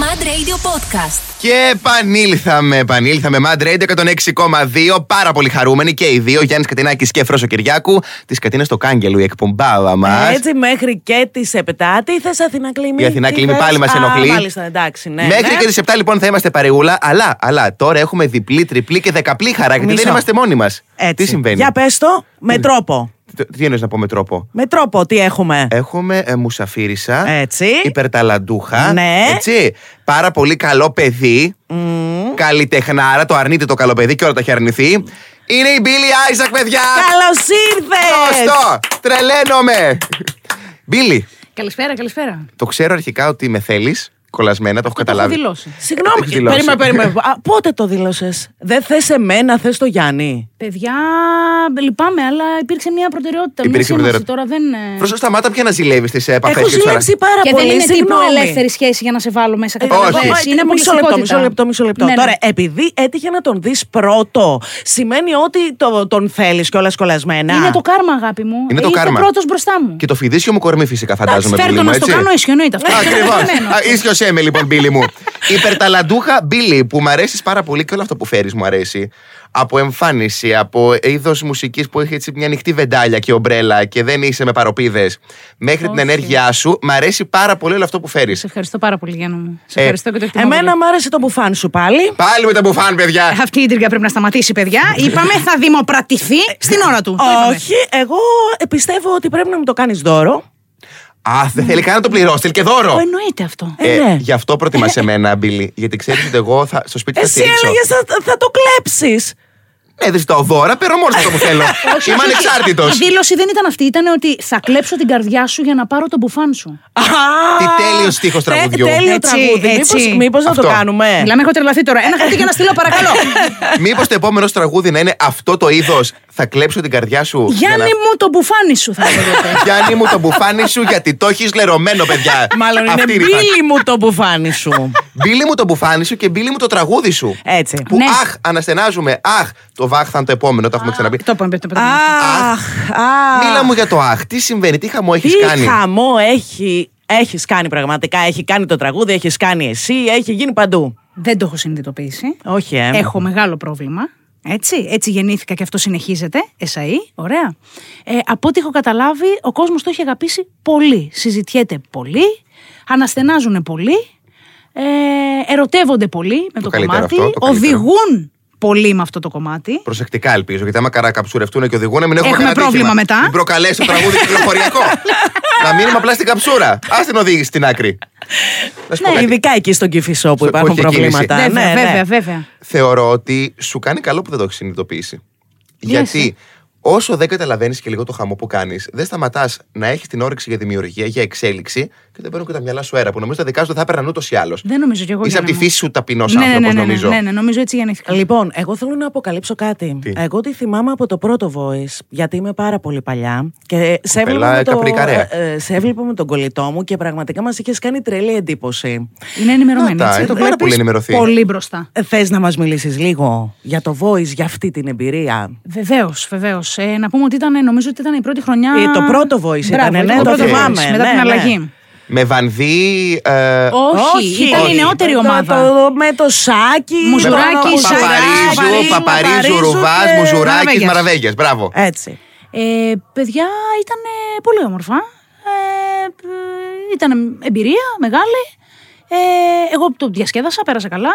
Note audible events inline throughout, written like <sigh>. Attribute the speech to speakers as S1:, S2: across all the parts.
S1: Mad Radio Podcast.
S2: Και επανήλθαμε, επανήλθαμε. Mad Radio 106,2. Πάρα πολύ χαρούμενοι και οι δύο, Γιάννης Κατινάκης και Φρόσο Κυριάκου. Τη Κατίνα το Κάγκελου, η εκπομπάδα μας.
S3: Έτσι μέχρι και τις 7. Τι θες, Αθηνά Κλίμη.
S2: Η Αθηνά
S3: τι
S2: Κλίμη
S3: θες?
S2: πάλι μας ενοχλεί.
S3: Α, μάλιστα, εντάξει, ναι.
S2: Μέχρι
S3: ναι.
S2: και τις 7 λοιπόν θα είμαστε παρεούλα. Αλλά, αλλά τώρα έχουμε διπλή, τριπλή και δεκαπλή χαρά. Γιατί δεν
S3: Μισό.
S2: είμαστε μόνοι μας.
S3: Έτσι.
S2: Τι συμβαίνει. Ε.
S3: Για πες το, με τρόπο.
S2: Τι- Τι εννοείς να πω με τρόπο.
S3: Με τρόπο, τι έχουμε.
S2: Έχουμε ε, μουσαφίρισα.
S3: Έτσι.
S2: Υπερταλαντούχα.
S3: Ναι.
S2: Έτσι. Πάρα πολύ καλό παιδί. Καλλιτεχνάρα. Το αρνείται το καλό παιδί και όλα τα έχει αρνηθεί. Είναι η Μπίλι Άιζακ, παιδιά.
S3: Καλώς ήρθες!
S2: Σωστό. Τρελαίνομαι. Μπίλι,
S4: Καλησπέρα, καλησπέρα.
S2: το ξέρω αρχικά ότι με θέλεις. Κολλασμένα, το έχω
S4: Το έχω
S2: καταλάβει.
S4: δηλώσει.
S2: Το έχεις
S3: Συγγνώμη,
S2: δηλώσει.
S3: περίμενα, περίμενα. Α, πότε το δήλωσες. Δεν θες εμένα, θες το Γιάννη.
S4: Παιδιά, λυπάμαι, αλλά υπήρξε μια προτεραιότητα. μια
S2: Υπήρξε
S4: σύμβαση.
S2: προτεραιότητα.
S4: Τώρα δεν. ε,
S2: Προ σταμάτα πια να ζηλεύεις τις επαφές
S3: Έχω ζηλέψει πάρα
S4: Και δεν
S3: πολύ.
S4: είναι τύπου
S3: συγγνώμη. Ε,
S4: ελεύθερη σχέση για να σε βάλω μέσα.
S2: όχι.
S4: Καταλαβαίνεις.
S2: Μα,
S4: Είναι
S3: μισό λεπτό,
S4: απολυστικότητα.
S3: μισό λεπτό, μισό λεπτό.
S4: Ναι, ναι.
S3: Τώρα, ε, επειδή έτυχε να τον δεις πρώτο, σημαίνει ότι το, τον θέλεις κιόλας κολλασμένα.
S4: Είναι το κάρμα, αγάπη μου.
S2: Είναι το
S4: Ήρθε
S2: κάρμα.
S4: πρώτος μπροστά μου.
S2: Και το φιδίσιο μου κορμί, φυσικά, φαντάζομαι.
S4: φέρ'
S2: Μπίλι
S4: το
S2: μου,
S4: να στο
S2: έτσι.
S4: κάνω ίσιο, εννοείται αυτό.
S2: Ακριβώς.
S4: Καταλαβαίνω.
S2: Ίσιο με λοιπόν, Μπίλι μου. Υπερταλαντούχα Μπίλι, που μου αρέσει πάρα πολύ και όλο αυτό που φέρεις μου αρέσει. Από εμφάνιση, από είδος μουσικής που έχει έτσι μια ανοιχτή βεντάλια και ομπρέλα και δεν είσαι με παροπίδες. Μέχρι την ενέργειά σου, μ' αρέσει πάρα πολύ όλο αυτό που φέρεις.
S4: Σε ευχαριστώ πάρα πολύ, Γιάννα μου. Σε
S2: Ε,
S4: ευχαριστώ και το εκτιμώ πολύ.
S3: Εμένα μου άρεσε το μπουφάν σου πάλι.
S2: Πάλι με τα μπουφάν, παιδιά.
S4: Αυτή η τρίγκα πρέπει να σταματήσει,
S2: <laughs>
S4: παιδιά. Είπαμε, θα δημοπρατηθεί στην ώρα του. Το είπαμε.
S3: Όχι, εγώ ε, πιστεύω ότι πρέπει να μου το κάνεις δώρο.
S2: Α, δεν θέλει καν να το πληρώσει, θέλει και δώρο.
S4: Το εννοείται αυτό.
S3: Ε, ναι.
S2: γι' αυτό προτιμάς εμένα, Μπίλι. Γιατί ξέρεις ότι εγώ θα, στο σπίτι θα
S3: Εσύ
S2: στηρίξω.
S3: έλεγες θα, θα το κλέψεις.
S2: Ναι, δεν ζητάω δώρα, παίρνω μόνος αυτό που θέλω.
S4: Όχι,
S2: Είμαι
S4: όχι, όχι.
S2: ανεξάρτητος.
S4: Η δήλωση δεν ήταν αυτή. Ήταν ότι θα κλέψω την καρδιά σου για να πάρω τον μπουφάν σου.
S2: Τι τέλειος στίχος τραγουδιού.
S3: Τέλειο
S4: Έτσι,
S3: τραγούδι.
S4: έτσι.
S3: Μήπως, μήπως να το
S2: Αυτό.
S3: κάνουμε.
S4: Μιλάμε, έχω τρελαθεί τώρα.
S2: Ε.
S4: Ένα χαρτί και ένα στυλό,
S2: <laughs>
S4: παρακαλώ.
S2: Μήπως το επόμενο τραγούδι να είναι αυτό το είδος. Θα κλέψω την καρδιά σου. για
S4: Γιάννη
S2: να-
S4: μου, το μπουφάνι σου θα
S2: <laughs>
S4: έλεγα.
S2: Γιάννη μου, το μπουφάνι σου, γιατί το έχεις λερωμένο, παιδιά.
S3: Μάλλον είναι
S2: Αυτή η ρήπανση.
S3: μπίλη μου το μπουφάνι σου.
S2: Μπίλη μου το μπουφάνι σου και μπίλη μου το τραγούδι σου.
S3: Έτσι.
S2: Που
S4: Ναι.
S2: αχ, αναστενάζουμε. Αχ, το βάχθαν το επόμενο, το έχουμε ξαναπεί.
S4: Το είπαμε πριν.
S3: Αχ, αχ.
S2: Μίλα μου για το αχ. Τι συμβαίνει, τι χαμό έχεις
S3: Τι
S2: κάνει.
S3: χαμό έχει, έχεις κάνει πραγματικά. Έχει κάνει το τραγούδι, έχεις κάνει εσύ, έχει γίνει παντού.
S4: Δεν το έχω συνειδητοποιήσει.
S3: Όχι, ε.
S4: Έχω μεγάλο πρόβλημα. Έτσι, έτσι γεννήθηκα και αυτό συνεχίζεται. Εσαΐ, ωραία. Ε, από ό,τι έχω καταλάβει, ο κόσμος το έχει αγαπήσει πολύ. Συζητιέται πολύ, αναστενάζουν πολύ, ε, ερωτεύονται πολύ με το,
S2: καλύτερο
S4: κομμάτι,
S2: αυτό, το καλύτερο.
S4: οδηγούν πολύ με αυτό το κομμάτι.
S2: Προσεκτικά ελπίζω, γιατί άμα καρακαψουρευτούν και οδηγούν, μην έχουμε,
S4: Έχουμε
S2: κανένα
S4: πρόβλημα
S2: τύχημα.
S4: μετά.
S2: Μην προκαλέσει το
S4: <laughs>
S2: τραγούδι κυκλοφοριακό. να μείνουμε απλά στην καψούρα. Ας την οδήγηση στην άκρη. Να σου πω
S4: Ναι,
S2: κάτι.
S3: Ναι, Ειδικά εκεί στον Κηφισό που
S2: Στο-
S3: υπάρχουν
S2: που έχει
S3: προβλήματα.
S2: κίνηση.
S4: βέβαια,
S3: ναι, ναι.
S4: βέβαια, βέβαια.
S2: θεωρώ ότι σου κάνει καλό που δεν το έχεις συνειδητοποιήσει. Γιατί όσο δεν καταλαβαίνεις και λίγο το χαμό που κάνεις, δεν σταματάς να έχεις την όρεξη για δημιουργία, για εξέλιξη και δεν παίρνουν και τα μυαλά σου αέρα. Που νομίζω τα δικά σου δεν θα έπαιρναν ούτως ή άλλως.
S4: Δεν νομίζω κι εγώ.
S2: Είσαι από
S4: Γιάννα
S2: τη
S4: μου.
S2: φύση σου ταπεινός
S4: ναι, ναι,
S2: άνθρωπος,
S4: ναι, ναι,
S2: νομίζω.
S4: Ναι, ναι, νομίζω έτσι γεννήθηκα.
S3: Λοιπόν, εγώ θέλω να αποκαλύψω κάτι. Εγώ τη θυμάμαι από το πρώτο voice, γιατί είμαι πάρα πολύ παλιά. Και σε έβλεπα,
S2: Κοπέλα,
S3: με το,
S2: καπνικαρέα.
S3: ε, ε, σε έβλεπα με τον κολλητό μου και πραγματικά μας είχες κάνει τρελή εντύπωση.
S4: Είναι ενημερωμένη.
S2: Να τα,
S4: έτσι.
S2: είναι
S4: Πρέπει
S2: πάρα
S4: να
S2: πολύ
S4: πεις
S2: ενημερωθεί.
S4: Πολύ μπροστά.
S3: Θες να μας μιλήσεις λίγο για το voice, για αυτή την εμπειρία.
S4: Βεβαίως, βεβαίως. Ε, να πούμε ότι ήταν, νομίζω ότι ήταν η πρώτη χρονιά.
S3: Ε, το πρώτο voice ήταν, ναι,
S4: το
S2: το
S4: πρώτο
S2: θυμάμαι,
S4: voice, Μετά
S3: ναι,
S4: την
S3: ναι.
S4: αλλαγή.
S2: Με βανδύ. Ε,
S4: Όχι, ήταν
S2: όχι.
S4: η νεότερη
S3: Ε, Το- το-
S4: ομάδα.
S3: το- με το σάκι,
S4: Μουζουράκι,
S3: το-
S4: Σάκη,
S2: Παπαρίζου,
S4: Παπαρίζου,
S2: Παπαρίζου, Ρουβά,
S3: και-
S2: Μουζουράκη,
S4: ε, Μαραβέγιας.
S2: Μαραβέγιας. Μπράβο.
S3: Έτσι.
S4: Ε, παιδιά, ήταν ε, πολύ όμορφα. Ε, ήταν εμπειρία μεγάλη. Ε, εγώ το διασκέδασα, πέρασα καλά.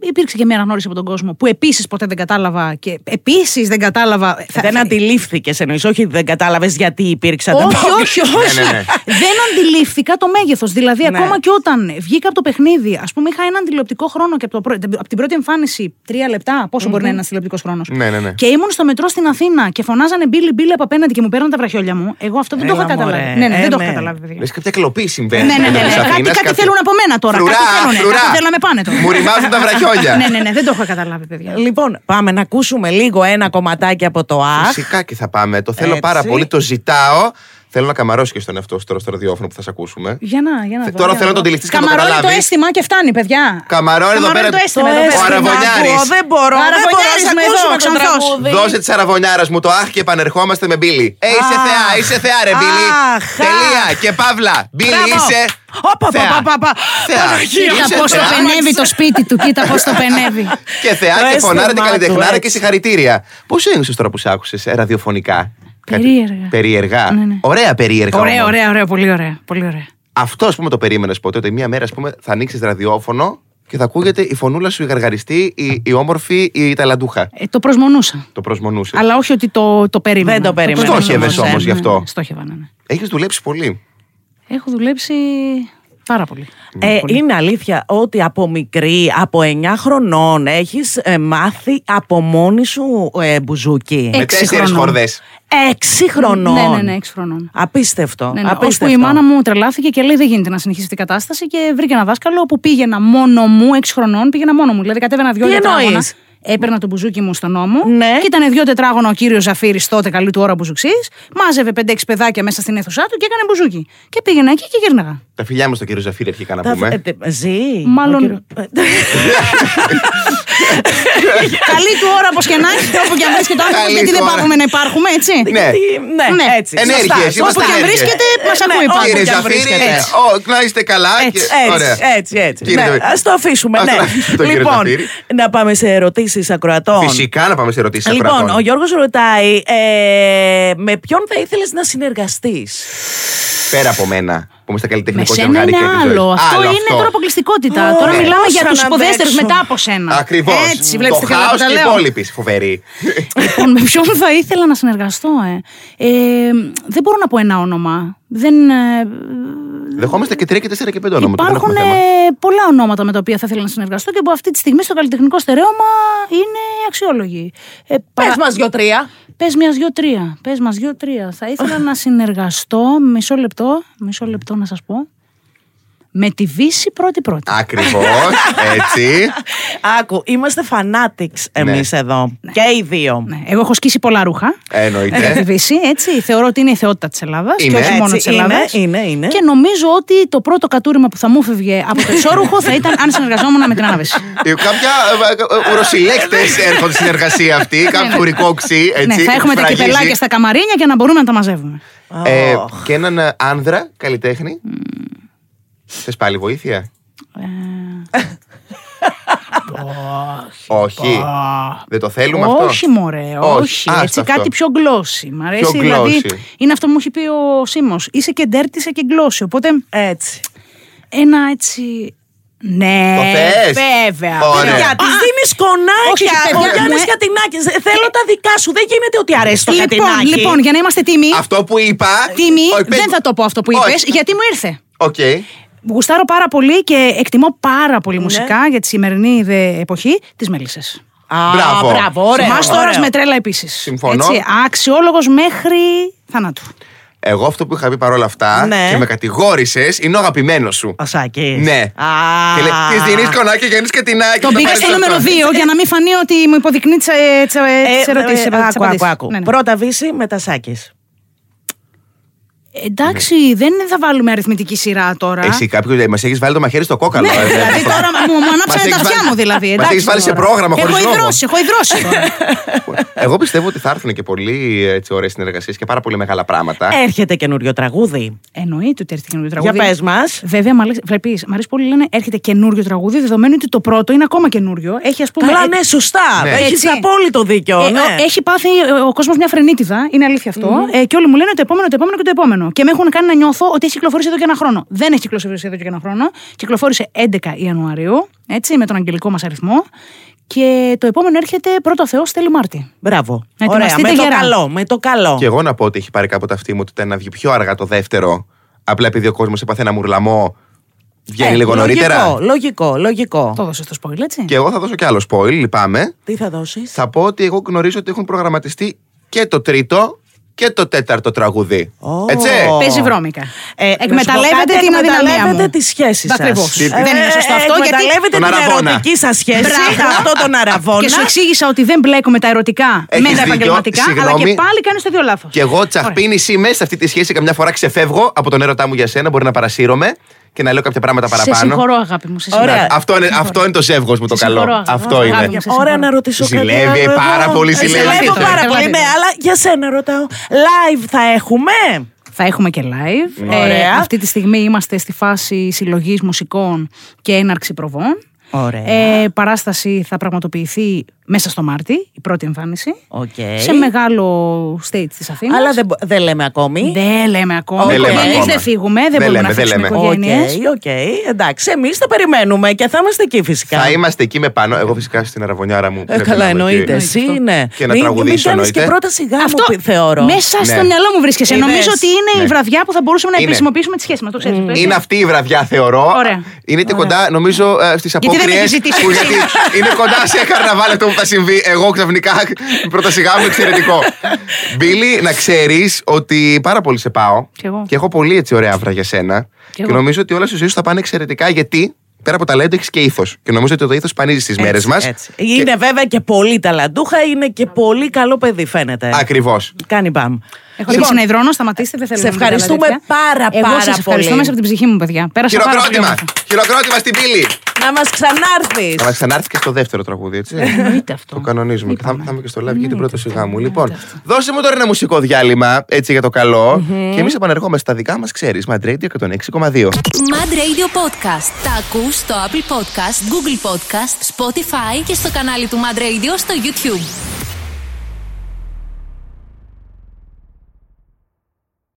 S4: Υπήρξε και μια αναγνώριση από τον κόσμο που επίσης ποτέ δεν κατάλαβα και επίσης δεν κατάλαβα. θα-
S3: Δεν
S4: θα-
S3: αντιλήφθηκες εννοείς, όχι δεν κατάλαβες γιατί υπήρξατε.
S4: Όχι, όχι, όχι.
S2: Ναι, ναι, ναι.
S3: <laughs>
S4: Δεν αντιλήφθηκα το μέγεθος. Δηλαδή,
S3: Ναι.
S4: ακόμα και όταν βγήκα από το παιχνίδι, ας πούμε, είχα έναν τηλεοπτικό χρόνο και από, το πρω- από την πρώτη εμφάνιση τρία λεπτά. Πόσο μπορεί να είναι ένας τηλεοπτικός χρόνος.
S2: Ναι, ναι, ναι.
S4: Και ήμουν στο μετρό στην Αθήνα και φωνάζανε μπίλι μπίλι από απέναντι και μου παίρναν τα βραχιόλια μου. Εγώ αυτό δεν το
S3: Έλα,
S4: είχα καταλάβει.
S3: μωρέ.
S4: Ναι, ναι,
S3: Ε,
S4: δεν το
S3: ναι.
S4: είχα καταλάβει, παιδιά.
S2: Λες κάποια κλοπή συμβαίνει.
S4: Ναι, ναι, ναι,
S2: στην κέντρο
S4: ναι.
S2: της ε,
S4: Κάτι-
S2: Αθήνας,
S4: κάτι θέλουν από μένα τώρα, κάτι
S2: Φρουρά,
S4: θέλουνε,
S2: φρουρά.
S4: κάτι θέλουν να με πάνε τώρα.
S2: Μου ρημάζουν τα βραχιόλια.
S4: <laughs>
S2: Ε,
S4: ναι, ναι, ναι, δεν το είχα καταλάβει, παιδιά.
S3: Λοιπόν, πάμε να ακούσουμε λίγο ένα κομματάκι από το ΑΧ.
S2: Φυσικά και θα πάμε. Το θέλω
S3: Έτσι.
S2: πάρα πολύ, το ζητάω. Θέλω να καμαρώσεις και στον εαυτό σου τώρα στο ραδιόφωνο που θα σε ακούσουμε.
S4: Για να, για να.
S2: Θε-
S4: δω,
S2: τώρα
S4: για
S2: θέλω
S4: δω.
S2: τον τηλεκτή και να το
S4: Καμαρώνει το
S2: καταλάβεις.
S4: αίσθημα και φτάνει, παιδιά.
S2: Καμαρώνει εδώ πέρα.
S4: το αίσθημα. εδώ πέρα.
S2: Ο Αραβωνιάρης.
S3: ακούω, δεν μπορώ, δεν μπορώ,
S4: Αραβωνιάρης
S3: σ'
S4: με
S3: ακούσουμε
S4: εδώ,
S3: τον
S4: ξανθός.
S3: τραγούδι.
S2: Δώσε της αραβωνιάρας μου το αχ και επανερχόμαστε με Μπίλι. Ε, είσαι
S3: Αχ.
S2: θεά, είσαι θεά, ρε Μπίλι.
S3: Αχ,
S2: Τελεία
S3: αχ.
S2: και παύλα. Μπίλι,
S3: Μπράβο.
S2: είσαι.
S3: Όπα,
S2: θεά.
S3: πα, πα, πα.
S2: Θεά.
S3: Παναγία
S2: Είσαι
S4: Κοίτα πώς το
S2: θεά.
S4: πενεύει το σπίτι του, κοίτα πώς το πενεύει.
S2: <laughs> Και
S3: Το
S2: θεά και
S3: αίσθημά
S2: φωνάρα και
S3: του,
S2: καλλιτεχνάρα
S3: έτσι.
S2: και συγχαρητήρια. Πώς ένιωσες τώρα που σ' άκουσες ραδιοφωνικά. Κάτι-
S4: Περίεργα.
S2: Περίεργα.
S4: Ναι, ναι.
S2: Ωραία περίεργα.
S4: Ωραία,
S2: όμως.
S4: ωραία, ωραία, πολύ ωραία. Πολύ ωραία.
S2: Αυτό, ας πούμε, το περίμενες ποτέ, ότι μία μέρα, ας πούμε, θα ανοίξεις ραδιόφωνο και θα ακούγεται η φωνούλα σου, η γαργαριστή, η, η όμορφη, η ταλαντούχα.
S4: Ε, το προσμονούσα.
S2: Το προσμονούσες.
S4: Αλλά όχι ότι το, το περίμενα.
S3: Δεν το περίμενα.
S2: Στόχευες όμως
S4: ναι,
S2: γι' αυτό.
S4: ναι, Στόχευα, ναι, ναι.
S2: Έχεις δουλέψει πολύ.
S4: Έχω δουλέψει πάρα πολύ.
S3: Ε, είναι αλήθεια ότι από μικρή, από 9 χρονών, έχεις μάθει από μόνη σου ε, μπουζούκι.
S4: Ε,
S2: Με
S4: Έξι
S2: τέσσερις
S4: χρονών.
S2: χορδές.
S3: Έξι χρονών.
S4: Ναι, ναι, ναι, έξι χρονών.
S3: Απίστευτο.
S4: Ναι, ναι. Ώσπου
S3: απίστευτο.
S4: η μάνα μου τρελάθηκε και λέει: Δεν γίνεται να συνεχίσει αυτή η κατάσταση. Και βρήκε ένα δάσκαλο που πήγαινα μόνο μου, έξι χρονών, πήγαινα μόνο μου. Δηλαδή κατέβαινα δύο
S3: Τι
S4: τετράγωνα.
S3: εννοείς?
S4: Έπαιρνα το μπουζούκι μου στον νόμο.
S3: Ναι.
S4: Και ήταν δύο τετράγωνα ο κύριος Ζαφύρης, τότε καλή του ώρα μπουζουξή. Μάζευε 5-6 παιδάκια μέσα στην αίθουσά του και έκανε μπουζούκι. Και πήγαινα εκεί και
S3: <laughs>
S4: γύρναγα.
S2: Τα φιλιά μου στον κύριο Ζαφύρη αρχικά να
S3: Τα- ε,
S2: πούμε.
S3: τε- Ζει.
S4: Μάλλον-
S3: Ο κύριο-
S4: Καλή του ώρα, όπω και να
S3: <laughs>
S4: έχει, όπου και αν βρίσκεται ο άνθρωπος,
S2: Καλή
S4: γιατί δεν
S2: του ώρα.
S4: πάμε να υπάρχουμε, έτσι.
S2: <laughs> Ναι.
S3: Τι- Ναι,
S4: Ναι.
S3: έτσι.
S2: Ενέργειες,
S3: σωστά.
S2: είμαστε
S3: Όπου και αν
S2: ενέργειες.
S3: βρίσκεται,
S4: Ε,
S3: μας
S4: ναι,
S3: ακούει
S4: όπου
S3: πάντα.
S2: Κύριε
S4: και αν
S2: Ζαφύρη,
S4: βρίσκεται,
S2: ε,
S4: έτσι.
S2: ο, να είστε καλά.
S4: Έτσι,
S2: και-
S3: Έτσι,
S2: Ωραία.
S3: έτσι, έτσι.
S2: Κύριε
S3: ναι,
S2: Ζαφύρη.
S3: ας το αφήσουμε,
S2: Ας το
S3: ναι.
S2: αφήσουμε τον κύριο
S3: λοιπόν,
S2: Ζαφύρη.
S3: να πάμε σε ερωτήσεις ακροατών.
S2: Φυσικά να πάμε σε ερωτήσεις.
S3: Λοιπόν, ο Γιώργος ρωτάει, ε, με ποιον θα ήθελες να συνεργαστείς.
S2: Πέρα από μένα που είμαστε
S4: Με
S2: καλλιτεχνικό
S4: σένα
S2: ζευγάρι
S4: είναι
S2: και τη ζωή.
S4: άλλο. Αυτό είναι τώρα αποκλειστικότητα.
S3: Ω,
S4: Τώρα
S3: ναι.
S4: μιλάμε
S3: Πώς
S4: για
S3: θα
S4: τους
S3: να
S4: σπουδαίτερου
S3: αντέξω.
S4: μετά από σένα.
S2: Ακριβώς.
S4: Έτσι,
S2: Το
S4: βλέπεις τι καλά
S2: χάος
S4: που τα
S2: και
S4: λέω.
S2: υπόλοιπη. Φοβερή.
S4: Λοιπόν, με ποιον θα ήθελα να συνεργαστώ, ε. Ε, δεν μπορώ να πω ένα όνομα. Δεν, ε,
S2: Δεχόμαστε και 3 και 4 και 5 ονόματα. δεν
S4: υπάρχουν
S2: έχουμε
S4: ε,
S2: θέμα.
S4: πολλά ονόματα με τα οποία θα ήθελα να συνεργαστώ και που αυτή τη στιγμή στο καλλιτεχνικό στερέωμα είναι αξιόλογοι. Ε, παρα-
S3: μας δυο-τρία.
S4: Πες μιας δυο-τρία. Πες μας δυο-τρία. Θα ήθελα να συνεργαστώ, μισό λεπτό, μισό λεπτό να σας πω, με τη Βύση πρώτη-πρώτη.
S2: Ακριβώς. Έτσι.
S3: Άκου, είμαστε fanatics
S2: Ναι.
S3: εμείς εδώ. Και οι δύο.
S4: Ναι, εγώ έχω σκίσει πολλά ρούχα.
S2: Ε,
S4: Για τη
S2: Εννοείται.
S4: Βύση, έτσι. Θεωρώ ότι είναι η θεότητα της Ελλάδας. Και
S2: Είναι.
S4: όχι μόνο
S3: Έτσι,
S4: της Ελλάδας.
S3: είναι, είναι, είναι.
S4: Και νομίζω ότι το πρώτο κατούριμα που θα μου φεύγε από το εξόρουχο θα ήταν αν συνεργαζόμουν με την Άννα Βύση.
S2: Ε, Κάποια ε, ουροσυλλέκτε έρχονται στην εργασία αυτή. Κάποιο ουρικό ξύ.
S4: Ναι,
S2: έτσι,
S4: θα έχουμε τα
S2: σφραγίζει.
S4: κυπελάκια στα καμαρίνια για να μπορούμε να τα μαζεύουμε.
S2: Ε, Και έναν ε, άνδρα καλλιτέχνη. Θες πάλι βοήθεια. Όχι. Δεν το θέλουμε αυτό.
S4: Ε, Όχι, μωρέ,
S2: Όχι,
S4: όχι.
S2: άστα
S4: έτσι,
S2: αυτό.
S4: κάτι πιο γκλώσση. Μ' αρέσει.
S2: Πιο
S4: δηλαδή,
S2: γκλώσση.
S4: είναι αυτό που μου έχει πει ο Σίμως. Είσαι και ντέρτη, είσαι και γκλώσση. Οπότε
S3: Έτσι.
S4: ένα έτσι. Ναι,
S2: Το θες?
S4: βέβαια.
S2: Ωραία.
S4: βέβαια.
S3: Για της δίνεις κονάκια.
S4: Όχι, παιδιά,
S3: Ο Γιάννης
S4: ναι.
S3: Κατινάκης. Ε, Θέλω τα δικά σου. Δεν γίνεται ότι αρέσει το
S4: Λοιπόν,
S3: Κατινάκη.
S4: λοιπόν, για να είμαστε τίμοι.
S2: Αυτό που είπα.
S4: Τίμη,
S2: Όχι,
S4: δεν θα το πω αυτό που είπε,
S2: όχι.
S4: γιατί μου ήρθε.
S2: Οκ.
S4: Γουστάρω πάρα πολύ και εκτιμώ πάρα
S3: Ναι.
S4: πολύ μουσικά για τη σημερινή δε εποχή τι Μέλισσε.
S3: Α,
S2: Μπράβο.
S3: μπράβο, ωραίο.
S4: Μας τώρα
S3: ωραίο.
S4: με τρέλα επίσης.
S2: Συμφωνώ.
S4: Αξιόλογος μέχρι θανάτου.
S2: Εγώ αυτό που είχα πει παρόλα αυτά
S3: Ναι.
S2: και με κατηγόρησες είναι ο αγαπημένος σου.
S3: Ο Σάκης.
S2: Ναι.
S3: Α.
S2: Και λέει, Της δίνεις κονάκι, γεννή και την άκρη.
S4: Τον πήγα στο νούμερο 2 για να μην φανεί ότι μου υποδεικνύει τις
S3: Ε,
S4: ερωτήσεις.
S3: ε, Άκου, άκου, άκου.
S4: Ναι,
S3: Πρώτα βύση, μετά Σάκης.
S4: Ε, Εντάξει, δεν θα βάλουμε αριθμητική σειρά τώρα.
S2: Εσύ κάποιο μας έχεις βάλει το μαχαίρι στο κόκαλο. ε,
S4: Ναι, δηλαδή
S2: ε,
S4: τώρα μου, μου
S2: Μας
S4: ανάψανε
S2: έχεις
S4: τα αυτιά
S2: βάλει-
S4: μου δηλαδή.
S2: μας
S4: εντάξει
S2: έχεις βάλει σε
S4: τώρα.
S2: πρόγραμμα, χωρίς
S4: Έχω
S2: λόγο.
S4: ιδρώσει, έχω ιδρώσει τώρα.
S2: <laughs> Εγώ πιστεύω ότι θα έρθουν και πολλοί έτσι, ωραίες συνεργασίες και πάρα πολύ μεγάλα
S4: Ε,
S2: πράγματα.
S3: Έρχεται καινούριο τραγούδι.
S4: Εννοείται ότι έρχεται καινούριο
S3: Για
S4: τραγούδι.
S3: πες μας.
S4: Βέβαια, μ' αρέσει- βλέπεις, μ' αρέσει πολύ λένε έρχεται καινούριο τραγούδι, δεδομένου ότι το πρώτο είναι ακόμα καινούριο. Έχει, ας πούμε,
S3: Καλά,
S4: ε-
S3: ναι, σωστά.
S2: Ναι.
S3: Έχεις
S4: Έτσι.
S3: απόλυτο δίκιο.
S4: Ε,
S3: ναι.
S4: ο- Έχει πάθει ε, ο κόσμος μια φρενίτιδα, είναι αλήθεια αυτό. Ε, και όλοι μου λένε το επόμενο, το επόμενο και το επόμενο. Και με έχουν κάνει να νιώθω ότι έχει κυκλοφορήσει εδώ και ένα χρόνο. Δεν έχει κυκλοφορήσει εδώ και ένα χρόνο. Κυκλοφόρησε 11 Ιανουαρίου, έτσι, με τον αγγελικό μας αριθμό. Και το επόμενο έρχεται πρώτο Θεός Στέλι Μάρτι.
S3: Μπράβο.
S4: Να
S3: Ωραία,
S4: ετοιμαστείτε
S3: με το
S4: γερά.
S3: καλό, με το καλό.
S2: Και εγώ να πω ότι έχει πάρει κάποτε αυτή μου ότι ήταν να βγει πιο αργά το δεύτερο. Απλά επειδή ο κόσμος έπαθε ένα μουρλαμό, βγαίνει
S3: Ε,
S2: λίγο νωρίτερα.
S3: Λογικό, λογικό, λογικό.
S4: Το δώσε στο spoil, έτσι.
S2: Και εγώ θα δώσω κι άλλο spoil, λυπάμαι.
S3: Τι θα δώσεις.
S2: Θα πω ότι εγώ γνωρίζω ότι έχουν προγραμματιστεί και το τρίτο και το τέταρτο τραγουδί.
S3: Ω.
S2: Έτσι.
S4: Παίζει βρώμικα.
S3: Ε, να σου πω
S4: εκμεταλλεύεται
S3: κάτι,
S4: την αδυναμία μου.
S3: Εκμεταλλεύεται τη σχέση σας.
S4: Ακριβώς. Ε, Δεν είναι σωστό αυτό, γιατί-
S3: Ε, Εκμεταλλεύεται
S2: Τον
S3: την
S2: αραβόνα.
S3: ερωτική σας σχέση.
S4: Μπράβο.
S3: Αυτό τον αραβόνα.
S4: Και σου εξήγησα ότι δεν μπλέκουμε τα ερωτικά
S2: Έχεις
S4: με τα
S2: δίκιο,
S4: επαγγελματικά, αλλά
S2: συγγνώμη.
S4: και πάλι κάνεις το δύο λάθος.
S2: Και εγώ τσαχπίνηση μέσα σε αυτή τη σχέση. Καμιά φορά ξεφεύγω από τον έρωτά μου για σένα. Μπορεί να παρασύρωμαι και να λέω κάποια πράγματα
S4: Σε
S2: παραπάνω.
S4: συγχωρώ, αγάπη μου. Σε
S3: Ωραία.
S4: συγχωρώ.
S2: Εντάξει, Αυτό είναι, αυτό είναι το ζεύγος μου το
S4: Σε
S2: καλό.
S4: συγχωρώ, αγάπη.
S2: αυτό
S4: Αγάπη
S2: είναι.
S4: μου.
S3: Ωραία, να ρωτήσω κάτι.
S2: Ζηλεύει,
S3: άλλο
S2: πάρα
S3: εγώ.
S2: πολύ
S3: Ε,
S2: ζηλεύει.
S3: Ζηλεύω
S2: Ζηλεύει.
S3: πάρα πολύ, ναι, αλλά για σένα ρωτάω. Live θα έχουμε.
S4: Θα έχουμε και live.
S2: Ναι.
S4: Ε,
S3: Ωραία.
S4: αυτή τη στιγμή είμαστε στη φάση συλλογής μουσικών και έναρξη προβών.
S3: Ωραία.
S4: Ε, παράσταση θα πραγματοποιηθεί μέσα στο Μάρτι, η πρώτη εμφάνιση.
S3: Οκ.
S4: Σε μεγάλο stage της Αθήνας.
S3: Αλλά δεν, μπο- δεν λέμε ακόμη.
S4: Δεν λέμε ακόμα.
S3: Δεν
S4: Οι
S3: λέμε
S4: οικογένειες
S2: ακόμα.
S4: δεν φύγουμε, δεν,
S2: Δεν
S4: μπορούμε
S2: λέμε,
S4: να
S2: δεν
S4: αφήσουμε
S2: λέμε.
S3: Οκ,
S4: οικογένειες.
S3: οκ. Εντάξει, εμείς τα περιμένουμε και θα είμαστε εκεί φυσικά.
S2: Θα είμαστε εκεί με πάνω. Εγώ φυσικά στην αραβωνιάρα μου.
S3: Ε,
S2: πρέπει
S3: καλά,
S2: να είμαι εκεί.
S3: εννοείται. Εσύ, ναι.
S2: Και να
S3: μην, μην
S2: τραγουδήσω,
S3: κάνεις και
S2: εννοείται.
S3: πρόταση γάμου,
S4: Αυτό
S3: πι- θεωρώ. Ε,
S4: μέσα
S2: Ναι.
S4: στο μυαλό μου βρίσκεσαι.
S3: Είδες.
S4: Νομίζω ότι είναι η βραδιά που θα μπορούσαμε να
S2: Είναι.
S4: επισημοποιήσουμε τη σχέση μας. Το ξέρεις, το έτσι.
S2: Είναι αυτή η βραδιά, θεωρώ.
S4: Ωραία.
S2: Είναι και κοντά, νομίζω, ε, στις
S4: δεν με
S2: απόκριε.
S4: έχεις ζητήσει.
S2: είναι κοντά σε καρναβάλ αυτό που θα συμβεί. Εγώ ξαφνικά πρώτα σιγά μου εξαιρετικό. Μπίλι, να ξέρεις ότι πάρα πολύ σε πάω.
S4: Κι εγώ.
S2: Και έχω πολύ έτσι ωραία άβρα για σένα. Και,
S4: εγώ.
S2: νομίζω ότι όλα στη ζωή σου θα πάνε εξαιρετικά γιατί πέρα από ταλέντο έχεις και ήθος. Και νομίζω ότι το ήθος πανίζει στις μέρες μας.
S3: Έτσι. Είναι βέβαια και πολύ ταλαντούχα, είναι και πολύ καλό παιδί, φαίνεται.
S2: Ακριβώς.
S3: Κάνει μπαμ. Λοιπόν,
S4: Έχω αρχίσει να υδρώνω, σταματήστε, δεν θέλω.
S3: σε
S4: να μιλάω
S3: ευχαριστούμε
S4: τέτοια.
S3: πάρα
S4: Εγώ
S3: πάρα
S4: σας
S3: πολύ.
S4: ευχαριστώ μέσα από την ψυχή μου, παιδιά. Πέρασα πάρα πολύ.
S2: Χειροκρότημα!
S4: όμορφα.
S2: Χειροκρότημα στην πύλη!
S3: να μας ξανάρθεις.
S2: Θα μας ξανάρθεις και στο δεύτερο τραγούδι, έτσι.
S4: Ε, Εννοείται αυτό.
S2: Το κανονίζουμε. Και θα, θα είμαι και στο live για την πρώτη σιγά μου. Λοιπόν,
S4: Εννοείται αυτό.
S2: δώσε μου τώρα ένα μουσικό διάλειμμα, έτσι για το καλο Και εμείς επανερχόμαστε στα δικά μας, ξέρεις. Μαντρέιντι 106,2.
S1: Mad Radio Podcast. Τα ακούς στο Apple Podcast, Google Podcast, Spotify και στο κανάλι του Mad Radio στο YouTube.